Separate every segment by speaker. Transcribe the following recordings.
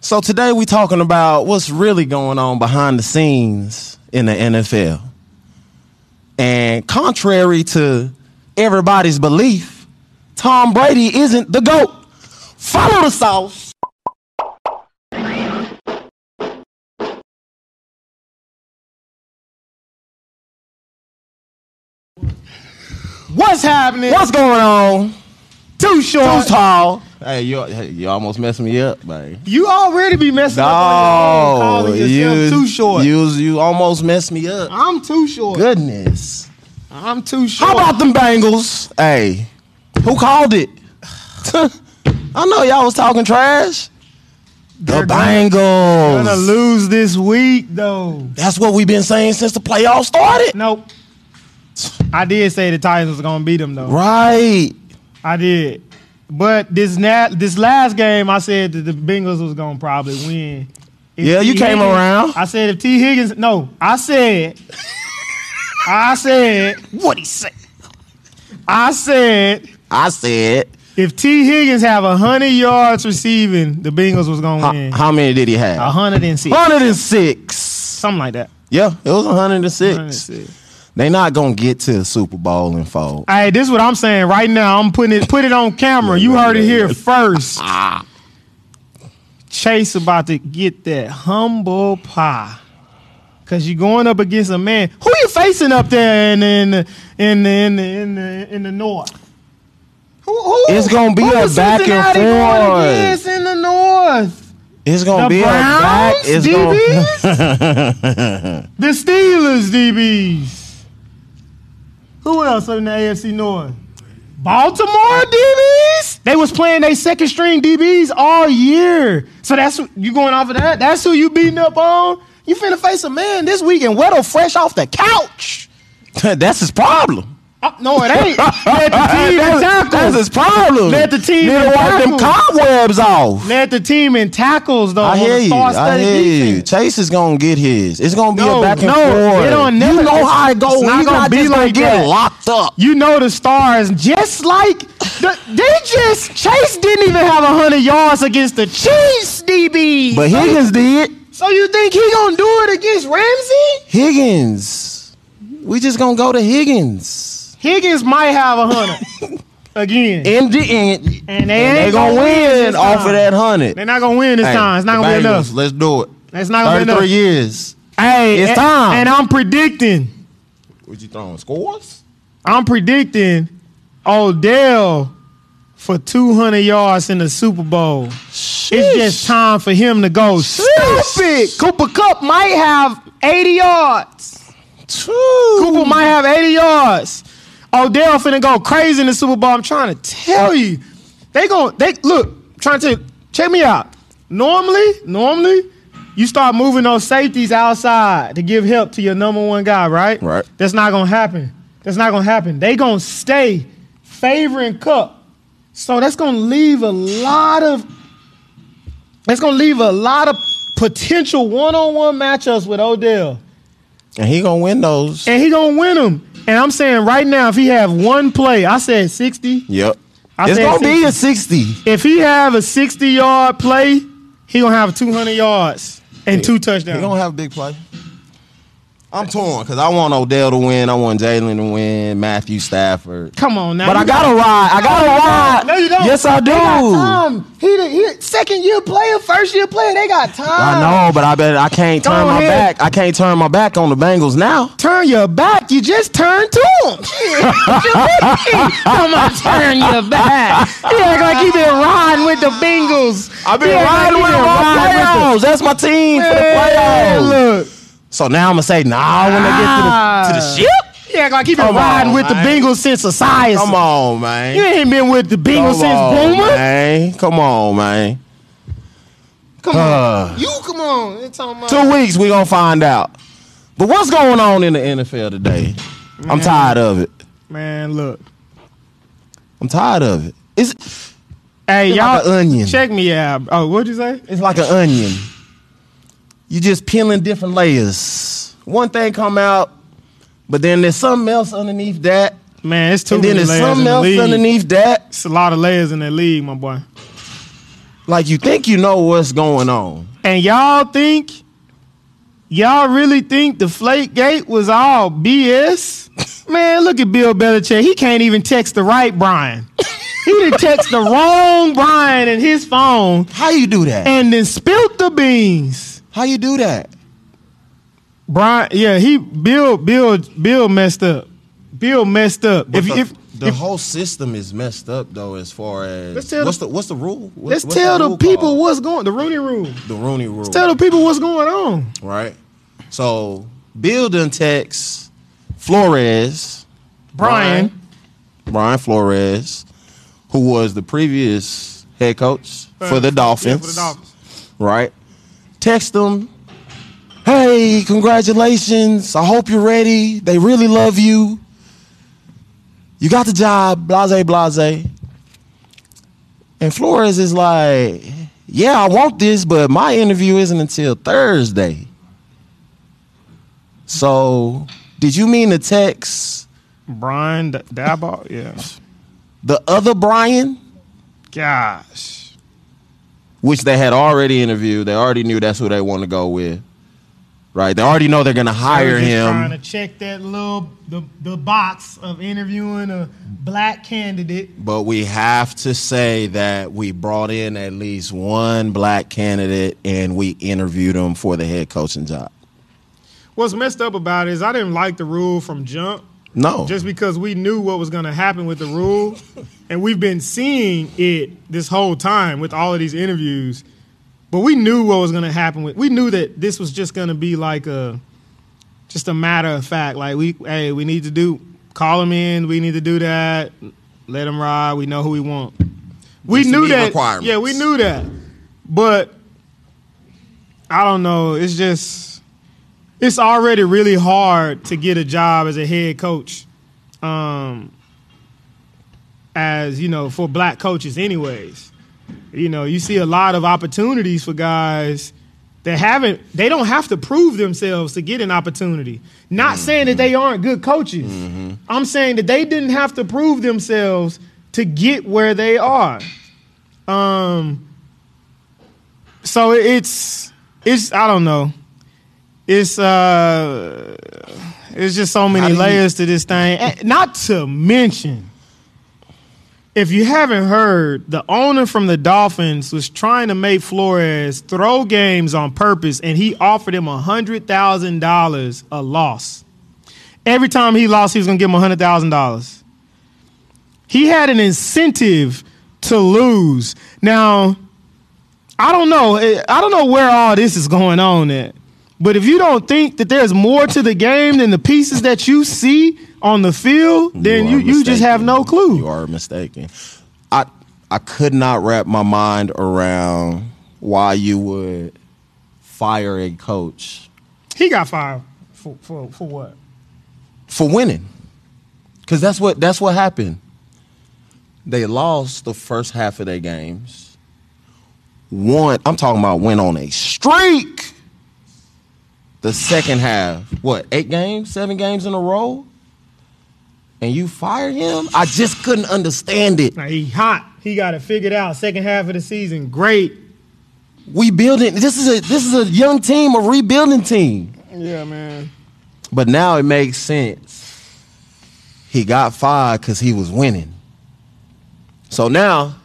Speaker 1: So today we talking about what's really going on behind the scenes in the NFL. And contrary to everybody's belief, Tom Brady isn't the GOAT. Follow the sauce.
Speaker 2: What's happening?
Speaker 1: What's going on?
Speaker 2: too short?
Speaker 1: Who's tall? Hey, you, hey, you almost messed me up, man.
Speaker 2: You already be messing up on your own,
Speaker 1: No,
Speaker 2: calling yourself too short.
Speaker 1: You, you almost messed me up.
Speaker 2: I'm too short.
Speaker 1: Goodness.
Speaker 2: I'm too short.
Speaker 1: How about them Bengals? Hey, who called it? I know y'all was talking trash. The
Speaker 2: They're gonna-
Speaker 1: Bengals.
Speaker 2: gonna lose this week though?
Speaker 1: That's what we've been saying since the playoffs started.
Speaker 2: Nope. I did say the Titans was gonna beat them though.
Speaker 1: Right.
Speaker 2: I did. But this na- this last game, I said that the Bengals was gonna probably win. If
Speaker 1: Yeah, you
Speaker 2: T.
Speaker 1: came
Speaker 2: Higgins-
Speaker 1: around.
Speaker 2: I said if T Higgins, no, I said, I said,
Speaker 1: What he said.
Speaker 2: I said,
Speaker 1: I said.
Speaker 2: if T Higgins have hundred yards receiving, the Bengals was gonna
Speaker 1: How,
Speaker 2: win.
Speaker 1: how many did he have?
Speaker 2: hundred and six,
Speaker 1: 106.
Speaker 2: something like that.
Speaker 1: Yeah, it was 106.
Speaker 2: 106.
Speaker 1: They not gonna get to the Super Bowl in fold.
Speaker 2: Hey, this is what I'm saying right now. I'm putting it, put it on camera. You heard it here first.
Speaker 1: Ah.
Speaker 2: Chase about to get that humble pie. Cause you're going up against a man. Who you facing up there in in the in the in the in the, in the north? Who, who,
Speaker 1: It's gonna be
Speaker 2: who
Speaker 1: a
Speaker 2: is
Speaker 1: back and
Speaker 2: Cincinnati going
Speaker 1: forth.
Speaker 2: against in the north.
Speaker 1: It's gonna
Speaker 2: The
Speaker 1: be a back.
Speaker 2: Browns,
Speaker 1: It's gonna,
Speaker 2: DBs, the Steelers, DBs. Who else in the AFC North? Baltimore DBs. They was playing their second string DBs all year. So that's who- you going off of that. That's who you beating up on. You finna face a man this week and Weddle fresh off the couch.
Speaker 1: that's his problem.
Speaker 2: Uh, no, it ain't. Let the team in
Speaker 1: That's- that's
Speaker 2: tackles.
Speaker 1: his problem.
Speaker 2: Let the team
Speaker 1: Need to
Speaker 2: in
Speaker 1: wipe them
Speaker 2: tackles.
Speaker 1: cobwebs off.
Speaker 2: Led the team in tackles though.
Speaker 1: I
Speaker 2: on
Speaker 1: hear
Speaker 2: the
Speaker 1: you. I
Speaker 2: star-studded
Speaker 1: hear
Speaker 2: defense.
Speaker 1: you. Chase is gonna get his. It's gonna be
Speaker 2: No,
Speaker 1: a back and
Speaker 2: no,
Speaker 1: forth.
Speaker 2: it don't never-
Speaker 1: you know how it
Speaker 2: it's
Speaker 1: goes.
Speaker 2: not
Speaker 1: You're
Speaker 2: gonna
Speaker 1: not
Speaker 2: be
Speaker 1: just gonna
Speaker 2: like
Speaker 1: get
Speaker 2: that.
Speaker 1: locked up.
Speaker 2: You know the stars, just like the, they just Chase didn't even have hundred yards against the Chiefs DB.
Speaker 1: But Higgins did.
Speaker 2: so you think he gonna do it against Ramsey?
Speaker 1: Higgins. We just gonna go to Higgins.
Speaker 2: Higgins might have a hundred again,
Speaker 1: In the end,
Speaker 2: and they
Speaker 1: they
Speaker 2: ain't
Speaker 1: gonna win
Speaker 2: this
Speaker 1: off of
Speaker 2: time.
Speaker 1: that hundred.
Speaker 2: They're not gonna win this time. It's not gonna be enough.
Speaker 1: Let's do it.
Speaker 2: It's not gonna be enough.
Speaker 1: Thirty-three years.
Speaker 2: Hey,
Speaker 1: It's
Speaker 2: a-
Speaker 1: time.
Speaker 2: And I'm predicting.
Speaker 1: What you throwing scores?
Speaker 2: I'm predicting Odell for 200 yards in the Super Bowl. It's just time for him to go. Stupid. Cooper Cup might have 80 yards. Cooper might have 80 yards. Odell finna go crazy in the Super Bowl. I'm trying to tell you. They gon' they look, I'm trying to tell you, check me out. Normally, normally, you start moving those safeties outside to give help to your number one guy, right?
Speaker 1: Right.
Speaker 2: That's not gonna happen. That's not gonna happen. They gonna stay favoring Cup. So that's gonna leave a lot of that's gonna leave a lot of potential one-on-one matchups with Odell
Speaker 1: And he gonna win those.
Speaker 2: and he gonna win them. And I'm saying right now, if he have one play, I said 60.
Speaker 1: Yep.
Speaker 2: I
Speaker 1: it's
Speaker 2: said
Speaker 1: gonna be a sixty.
Speaker 2: If he have a 60 yard play, he gonna have 200 yards and two touchdowns.
Speaker 1: He gonna have a big play. I'm torn because I want Odell to win. I want Jalen to win. Matthew Stafford.
Speaker 2: Come on now,
Speaker 1: But I
Speaker 2: You
Speaker 1: gotta ride. I gotta ride.
Speaker 2: No, you don't.
Speaker 1: Yes, I do.
Speaker 2: They got time. He, the, he second year player, first year player. They got time.
Speaker 1: I know, but I bet I can't
Speaker 2: Go
Speaker 1: turn my
Speaker 2: ahead.
Speaker 1: back. I can't turn my back on the Bengals now.
Speaker 2: Turn your back. You just turn to him. Come on, turn your back. He act like he been riding with the Bengals.
Speaker 1: I've been
Speaker 2: He act like
Speaker 1: riding
Speaker 2: he
Speaker 1: with
Speaker 2: been
Speaker 1: them all
Speaker 2: riding
Speaker 1: playoffs.
Speaker 2: with
Speaker 1: That's my team for the
Speaker 2: Man,
Speaker 1: playoffs.
Speaker 2: Look.
Speaker 1: So now I'm gonna say, nah, when I get to the, to the
Speaker 2: Ah.
Speaker 1: ship.
Speaker 2: Yeah, like he been
Speaker 1: Come
Speaker 2: riding
Speaker 1: on,
Speaker 2: with the
Speaker 1: man.
Speaker 2: Bengals since society.
Speaker 1: Come on, man.
Speaker 2: You ain't been with the
Speaker 1: Come on,
Speaker 2: Bengals since Boomer.
Speaker 1: man. Come on, man.
Speaker 2: Come
Speaker 1: Uh.
Speaker 2: on. You come on. It's on my
Speaker 1: Two weeks, we gonna find out. But what's going on in the NFL today? I'm tired of it.
Speaker 2: man, look.
Speaker 1: I'm tired of it. It's
Speaker 2: Hey,
Speaker 1: It's
Speaker 2: y'all
Speaker 1: like an onion.
Speaker 2: check me out. Oh, what'd you say?
Speaker 1: it's like an onion. You just peeling different layers. One thing come out, but then there's something else underneath that,
Speaker 2: Man, it's too
Speaker 1: and then
Speaker 2: many
Speaker 1: there's
Speaker 2: layers in
Speaker 1: something
Speaker 2: the
Speaker 1: else
Speaker 2: league.
Speaker 1: underneath that.
Speaker 2: It's a lot of layers in that league, my boy.
Speaker 1: Like you think you know what's going on.
Speaker 2: And y'all think, y'all really think the flake gate was all BS? Man, look at Bill Belichick. He can't even text the right Brian. He did text the wrong Brian in his phone
Speaker 1: How you do that?
Speaker 2: and then spilt the beans.
Speaker 1: How you do that?
Speaker 2: Brian, yeah, he Bill Bill Bill messed up. Bill messed up.
Speaker 1: But
Speaker 2: if
Speaker 1: the,
Speaker 2: if,
Speaker 1: the
Speaker 2: if-
Speaker 1: whole system is messed up though, as far as
Speaker 2: Let's tell
Speaker 1: what's
Speaker 2: the-
Speaker 1: the what's the rule? What-
Speaker 2: let's
Speaker 1: what's
Speaker 2: tell
Speaker 1: that
Speaker 2: the
Speaker 1: rule
Speaker 2: people
Speaker 1: called?
Speaker 2: what's going. The Rooney Rule.
Speaker 1: the Rooney rule,
Speaker 2: Tell the people what's going on.
Speaker 1: right? So Bill done text Flores,
Speaker 2: Brian,
Speaker 1: Brian Flores, who was the previous head coach for the
Speaker 2: Yeah,
Speaker 1: Dolphins,
Speaker 2: for the Dolphins.
Speaker 1: right? Text them, hey, congratulations! I hope you're ready. They really love you. You got the job, blase, blase. And Flores is like, yeah, I want this, but my interview isn't until Thursday. So, did you mean to text
Speaker 2: Brian D- Daboll, yes.
Speaker 1: the other Brian?
Speaker 2: Gosh.
Speaker 1: which they had already interviewed. They already knew that's who they want to go with, right? They already know they're going to hire
Speaker 2: Just Trying to
Speaker 1: him,
Speaker 2: check that little the, the box of interviewing a black candidate.
Speaker 1: but we have to say that we brought in at least one black candidate and we interviewed him for the head coaching job.
Speaker 2: What's messed up about it is I didn't like the rule from jump.
Speaker 1: No,
Speaker 2: Just because we knew what was going to happen with the rule, and we've been seeing it this whole time with all of these interviews, but we knew what was going to happen with. We knew that this was just going to be like a, just a matter of fact. Like we, hey, we need to do call them in. We need to do that. Let them ride. We know who we want. We
Speaker 1: Just to
Speaker 2: knew
Speaker 1: meet
Speaker 2: that.
Speaker 1: requirements.
Speaker 2: Yeah, we knew that. But I don't know. It's just it's already really hard to get a job as a head coach um as you know for black coaches anyways you know you see a lot of opportunities for guys that haven't they don't have to prove themselves to get an opportunity not saying that they aren't good coaches i'm saying that they didn't have to prove themselves to get where they are um so it's it's i don't know it's uh it's just so
Speaker 1: How
Speaker 2: many
Speaker 1: do you-
Speaker 2: layers to this thing And not to mention if you haven't heard, the owner from the Dolphins was trying to make Flores throw games on purpose, and he offered him $100,000 a loss. Every time he lost, he was going to give him $100,000. He had an incentive to lose. Now, I don't know. eh, I don't know where all this is going on at. But if you don't think that there's more to the game than the pieces that you see on the field, then
Speaker 1: are
Speaker 2: you, you, just have no
Speaker 1: mistaken.
Speaker 2: clue.
Speaker 1: You are mistaken. I I could not wrap my mind around why you would fire a coach
Speaker 2: He got fired for for, for what?
Speaker 1: for winning. Cause that's what that's what happened. They lost the first half of their games. One, I'm talking about went on a streak. The second half, what, eight games, seven games in a row? And you fired him? I just couldn't understand it.
Speaker 2: Now he hot. He got it figured out. Second half of the season, great.
Speaker 1: We building this is a this is a young team, a rebuilding team.
Speaker 2: Yeah, man.
Speaker 1: But now it makes sense. He got fired because he was winning. So now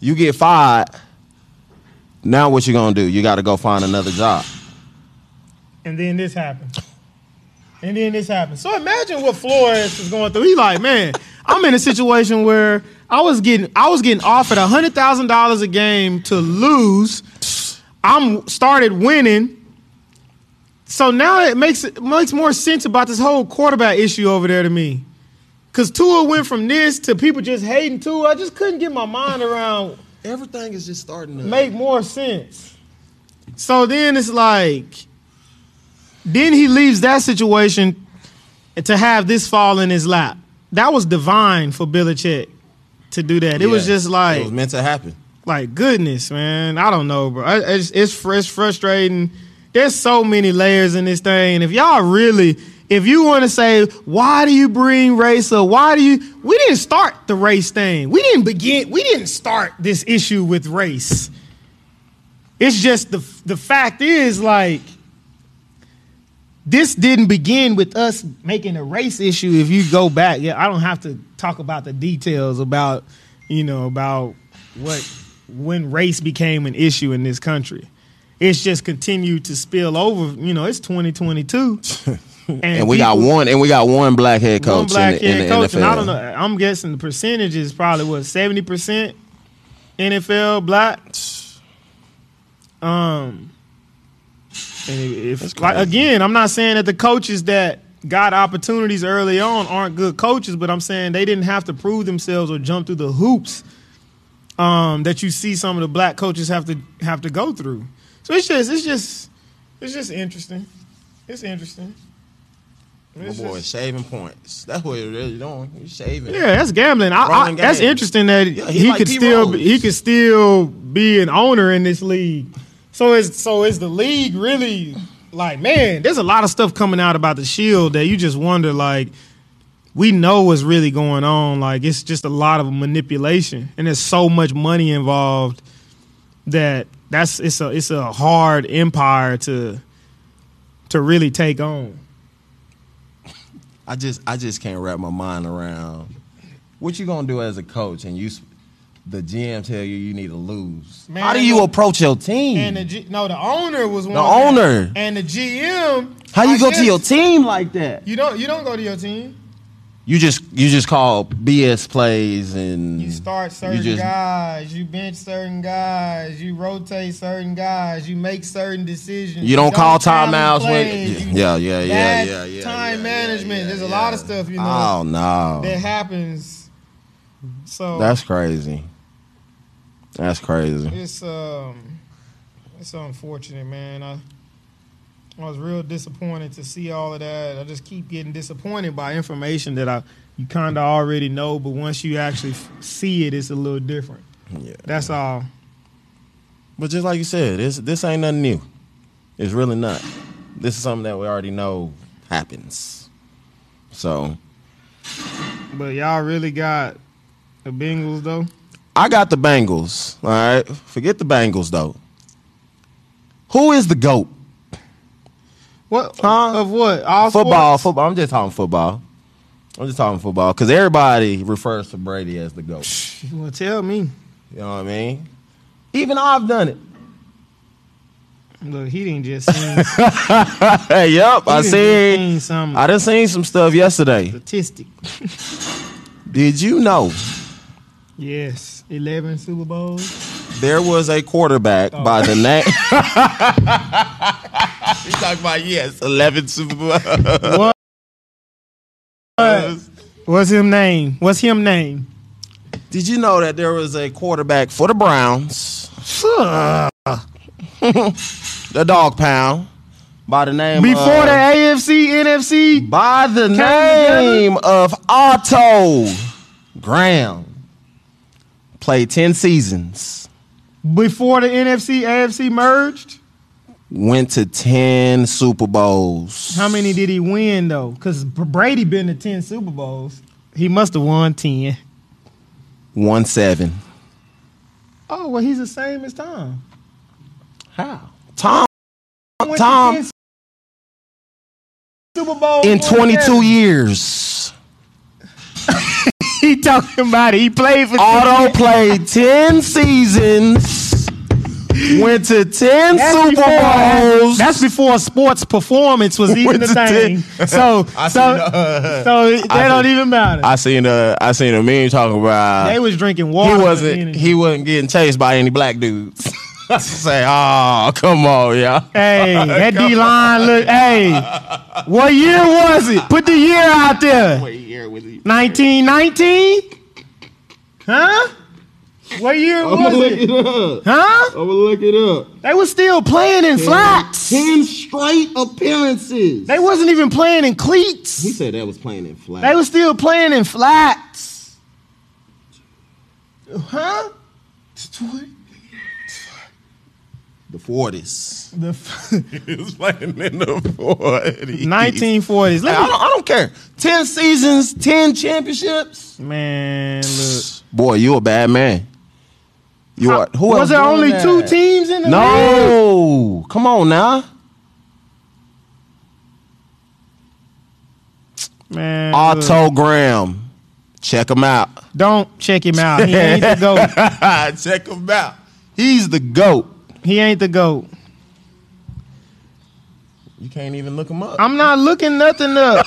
Speaker 1: you get fired. Now what you gonna do? You gotta go find another job.
Speaker 2: And then this happened. And then this happened. So imagine what Flores is going through. He like, man, I'm in a situation where I was getting I was getting offered hundred thousand dollars a game to lose. I'm started winning. So now it makes it makes more sense about this whole quarterback issue over there to me. Cause Tua went from this to people just hating Tua. I just couldn't get my mind around
Speaker 1: Everything is just starting to
Speaker 2: make more sense. So then it's like, then he leaves that situation to have this fall in his lap. That was divine for Belichick to do that. It was
Speaker 1: Yeah.
Speaker 2: just like,
Speaker 1: it was meant to happen.
Speaker 2: like goodness, man. I don't know, bro. I- It's it's, fr- it's frustrating. There's so many layers in this thing. If y'all really, If you want to say, why do you bring race up? Why do you? We didn't start the race thing. We didn't begin. We didn't start this issue with race. It's just the the fact is like this didn't begin with us making a race issue. If you go back, yeah, I don't have to talk about the details about you know about what when race became an issue in this country. It's just continued to spill over. You know, it's 2022, and,
Speaker 1: And we
Speaker 2: people-
Speaker 1: got one, and we got one black head
Speaker 2: one
Speaker 1: coach
Speaker 2: black
Speaker 1: in the, in
Speaker 2: head
Speaker 1: the
Speaker 2: coach,
Speaker 1: NFL.
Speaker 2: and I don't know. I'm guessing the percentage is probably what 70 percent NFL black. Um, and if, if- like,
Speaker 1: crazy.
Speaker 2: again, I'm not saying that the coaches that got opportunities early on aren't good coaches, but I'm saying they didn't have to prove themselves or jump through the hoops um, that you see some of the black coaches have to have to go through. So it's just it's just it's just interesting. It's interesting.
Speaker 1: My
Speaker 2: It's
Speaker 1: boy,
Speaker 2: just-
Speaker 1: shaving points. That's what he really doing. He's shaving.
Speaker 2: yeah, that's gambling. I, I,
Speaker 1: Rolling
Speaker 2: that's
Speaker 1: game.
Speaker 2: interesting that
Speaker 1: he
Speaker 2: he,
Speaker 1: like
Speaker 2: could
Speaker 1: Pete
Speaker 2: still
Speaker 1: Rose.
Speaker 2: be, he could still be an owner in this league. So is so is the league really like man? There's a lot of stuff coming out about the Shield that you just wonder like we know what's really going on. Like it's just a lot of manipulation, and there's so much money involved that that's it's a it's a hard empire to to really take on.
Speaker 1: I just, I just can't wrap my mind around what you gonna do as a coach, and you, s- the GM tell you you need to lose.
Speaker 2: Man,
Speaker 1: How do you
Speaker 2: look-
Speaker 1: approach your team?
Speaker 2: And the G, no, the owner was one.
Speaker 1: The
Speaker 2: of them.
Speaker 1: owner.
Speaker 2: and the GM.
Speaker 1: How
Speaker 2: I
Speaker 1: you go to
Speaker 2: guess-
Speaker 1: your team like that?
Speaker 2: You don't. You don't go to your team.
Speaker 1: You just, you just call BS plays and
Speaker 2: You start certain
Speaker 1: Mm. just-
Speaker 2: guys. You bench certain guys. You rotate certain guys. You make certain decisions.
Speaker 1: You don't call
Speaker 2: challenge
Speaker 1: timeouts when-
Speaker 2: plays, you-
Speaker 1: Yeah, yeah, yeah, yeah,
Speaker 2: bad
Speaker 1: yeah, yeah,
Speaker 2: Time
Speaker 1: yeah,
Speaker 2: management.
Speaker 1: yeah,
Speaker 2: There's a
Speaker 1: yeah.
Speaker 2: lot of stuff you know
Speaker 1: Oh no,
Speaker 2: that happens. So
Speaker 1: that's crazy. That's crazy.
Speaker 2: It's um, it's unfortunate, man. I I was real disappointed to see all of that. I just keep getting disappointed by information that I you kind of already know, but once you actually f- see it, it's a little different.
Speaker 1: Yeah.
Speaker 2: That's all.
Speaker 1: But just like you said, this this ain't nothing new. It's really not. This is something that we already know happens. So
Speaker 2: But y'all really got the Bengals though.
Speaker 1: I got the Bengals. All right, forget the Bengals though. Who is the goat?
Speaker 2: What
Speaker 1: Huh?
Speaker 2: of what? All
Speaker 1: Football,
Speaker 2: sports?
Speaker 1: football. I'm just talking football. I'm just talking football because everybody refers to Brady as the goat.
Speaker 2: Well, tell me.
Speaker 1: You know what I mean? Even I've done it.
Speaker 2: Look, he didn't just sing.
Speaker 1: Hey, yep. I
Speaker 2: done
Speaker 1: seen.
Speaker 2: seen some
Speaker 1: I done seen some stuff yesterday.
Speaker 2: statistic.
Speaker 1: Did you know
Speaker 2: Yes, eleven Super Bowls.
Speaker 1: there was a quarterback by the name? He's talking about yes, eleven Super Bowls.
Speaker 2: What? What's him name? What's him name?
Speaker 1: Did you know that there was a quarterback for the Browns, the Dog Pound, by the name
Speaker 2: Before
Speaker 1: of,
Speaker 2: the AFC, NFC,
Speaker 1: by the
Speaker 2: together?
Speaker 1: name of Otto Graham, played ten seasons.
Speaker 2: before the NFC, AFC merged,
Speaker 1: went to 10 Super Bowls.
Speaker 2: how many did he win though? Because Brady been to ten Super Bowls. He must have won ten.
Speaker 1: One seven.
Speaker 2: Oh well, he's the same as Tom.
Speaker 1: How? Tom
Speaker 2: Went to
Speaker 1: Tom.
Speaker 2: 10 Super Bowl
Speaker 1: in 22 years.
Speaker 2: He talking about it. He played for
Speaker 1: Auto played 10 seasons. Went to 10
Speaker 2: That's
Speaker 1: Super
Speaker 2: before-
Speaker 1: Bowls.
Speaker 2: That's before sports performance was even a
Speaker 1: Went to
Speaker 2: thing. So,
Speaker 1: I
Speaker 2: so,
Speaker 1: seen, uh,
Speaker 2: so that
Speaker 1: I
Speaker 2: don't
Speaker 1: seen-
Speaker 2: even matter.
Speaker 1: I seen a I seen a meme talking about
Speaker 2: they was drinking
Speaker 1: he
Speaker 2: water.
Speaker 1: wasn't he wasn't getting chased by any black dudes. I say, oh come on, y'all.
Speaker 2: Hey, that D line look. Hey, what year was it? Put the year out there.
Speaker 1: year was he?
Speaker 2: Nineteen nineteen? Huh? What year
Speaker 1: Oh.
Speaker 2: was it?
Speaker 1: up.
Speaker 2: Huh?
Speaker 1: I'm gonna look it up.
Speaker 2: They was still playing in flats.
Speaker 1: Ten straight appearances.
Speaker 2: They wasn't even playing in cleats.
Speaker 1: said that was playing in flat.
Speaker 2: They was still playing in flats. Huh?
Speaker 1: The 40s.
Speaker 2: The f-
Speaker 1: He was playing in the 40s. Hey, I,
Speaker 2: 1940s. Let
Speaker 1: don't, I don't care. 10 seasons, 10 championships.
Speaker 2: me, man, look.
Speaker 1: Boy, you a bad man. You are. Who else
Speaker 2: was there
Speaker 1: doing
Speaker 2: only
Speaker 1: that?
Speaker 2: two teams in the league?
Speaker 1: No. Come on now.
Speaker 2: man.
Speaker 1: Uh,
Speaker 2: look.
Speaker 1: Autogram. Check him out.
Speaker 2: Don't check him out. He ain't the goat.
Speaker 1: Check him out. He's the GOAT.
Speaker 2: He ain't the goat.
Speaker 1: You can't even look him up.
Speaker 2: I'm not looking nothing up.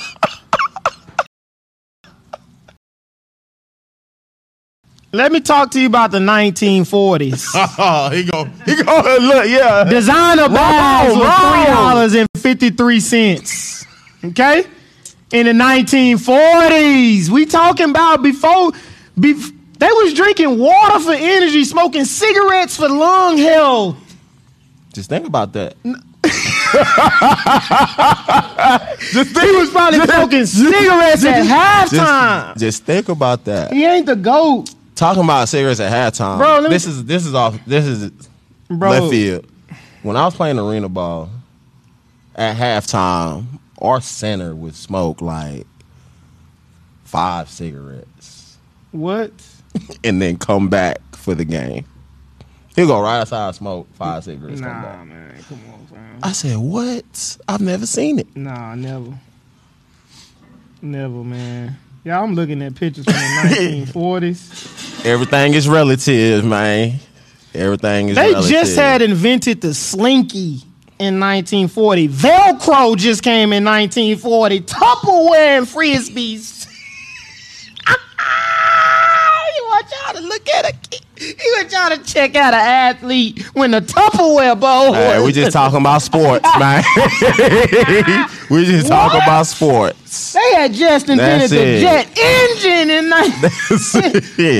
Speaker 2: Let me talk to you about the 1940s.
Speaker 1: Oh, he go. He go. Look, yeah.
Speaker 2: Designer bags were three
Speaker 1: wrong.
Speaker 2: dollars and fifty three cents. Okay, in the 1940s, we talking about before, bef- they was drinking water for energy, smoking cigarettes for lung health.
Speaker 1: Just think about that.
Speaker 2: He was probably smoking cigarettes at
Speaker 1: Just,
Speaker 2: halftime.
Speaker 1: just think about that.
Speaker 2: He ain't the goat,
Speaker 1: Talking about cigarettes at halftime.
Speaker 2: Bro, let me-
Speaker 1: this is this is off. This is
Speaker 2: bro.
Speaker 1: left field. When I was playing arena ball, at halftime, our center would smoke like five cigarettes
Speaker 2: What?
Speaker 1: and then come back for the game. He'll go right outside, smoke five cigarettes, come
Speaker 2: Nah,
Speaker 1: back.
Speaker 2: man. Come on, fam.
Speaker 1: I said, "What? I've never seen it."
Speaker 2: Nah, never. Never, man. Yeah, I'm looking at pictures from the 1940s.
Speaker 1: Everything is relative, man. Everything is.
Speaker 2: They
Speaker 1: relative.
Speaker 2: just had invented the slinky in 1940. Velcro just came in 1940. Tupperware and frisbees. Ah, he want y'all to look at a kid. He want y'all to check out an athlete when the Tupperware bowl.
Speaker 1: Hey, we
Speaker 2: was-
Speaker 1: just talking about sports, man. we just talking
Speaker 2: What?
Speaker 1: about sports.
Speaker 2: They had just invented
Speaker 1: That's it.
Speaker 2: the jet engine in 19.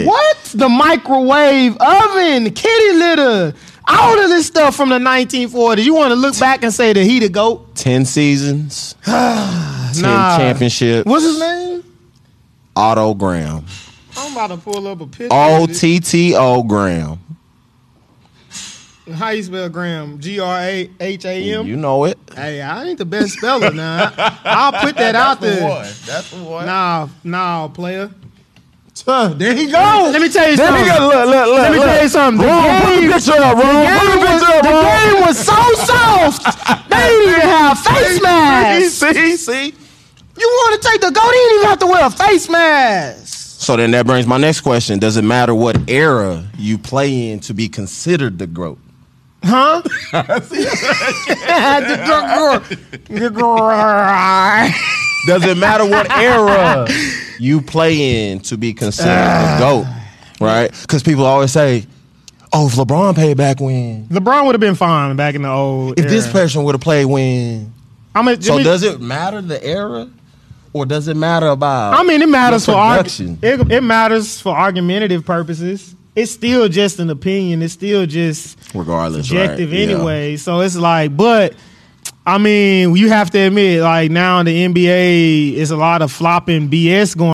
Speaker 1: Yeah.
Speaker 2: What? The microwave oven, kitty litter, all of this stuff from the 1940s. You want to look back and say that he the goat?
Speaker 1: Ten seasons, ten
Speaker 2: Nah.
Speaker 1: championships.
Speaker 2: What's his name?
Speaker 1: Otto Graham.
Speaker 2: I'm about to pull up a picture.
Speaker 1: O
Speaker 2: of this.
Speaker 1: T T O Graham.
Speaker 2: How you spell Graham? G R A H A
Speaker 1: You
Speaker 2: M.
Speaker 1: know it.
Speaker 2: Hey, I ain't the best speller now. I'll put that out there.
Speaker 1: That's the one.
Speaker 2: Nah, nah, player.
Speaker 1: there he
Speaker 2: Let me tell you
Speaker 1: There
Speaker 2: something.
Speaker 1: he go. Look, look, look.
Speaker 2: Let me
Speaker 1: look.
Speaker 2: tell you something. The
Speaker 1: Rome, put
Speaker 2: game-
Speaker 1: the picture up, Rome.
Speaker 2: The
Speaker 1: Put the
Speaker 2: game was-
Speaker 1: picture up,
Speaker 2: the
Speaker 1: Rome.
Speaker 2: game was so soft. They didn't even have face masks.
Speaker 1: See, see.
Speaker 2: You want to take the goat? He didn't even have to wear a face mask.
Speaker 1: So then that brings my next question. Does it matter what era you play in to be considered the GOAT?
Speaker 2: Huh? The gr- gr- gr-
Speaker 1: Does it matter what era you play in to be considered
Speaker 2: Ah.
Speaker 1: the GOAT? Right? Because people always say, oh, if LeBron played back when,
Speaker 2: LeBron would have been fine back in the old.
Speaker 1: if this
Speaker 2: era.
Speaker 1: person would have played when.
Speaker 2: I mean,
Speaker 1: So
Speaker 2: I mean-
Speaker 1: does it matter the era? Or does it matter about
Speaker 2: I mean, it matters for
Speaker 1: your
Speaker 2: arg-
Speaker 1: production?
Speaker 2: it, it matters for argumentative purposes. It's still just an opinion. It's still just
Speaker 1: Regardless, right,
Speaker 2: subjective
Speaker 1: yeah.
Speaker 2: anyway. So it's like, but I mean, you have to admit, like now in the NBA, it's a lot of flopping BS going.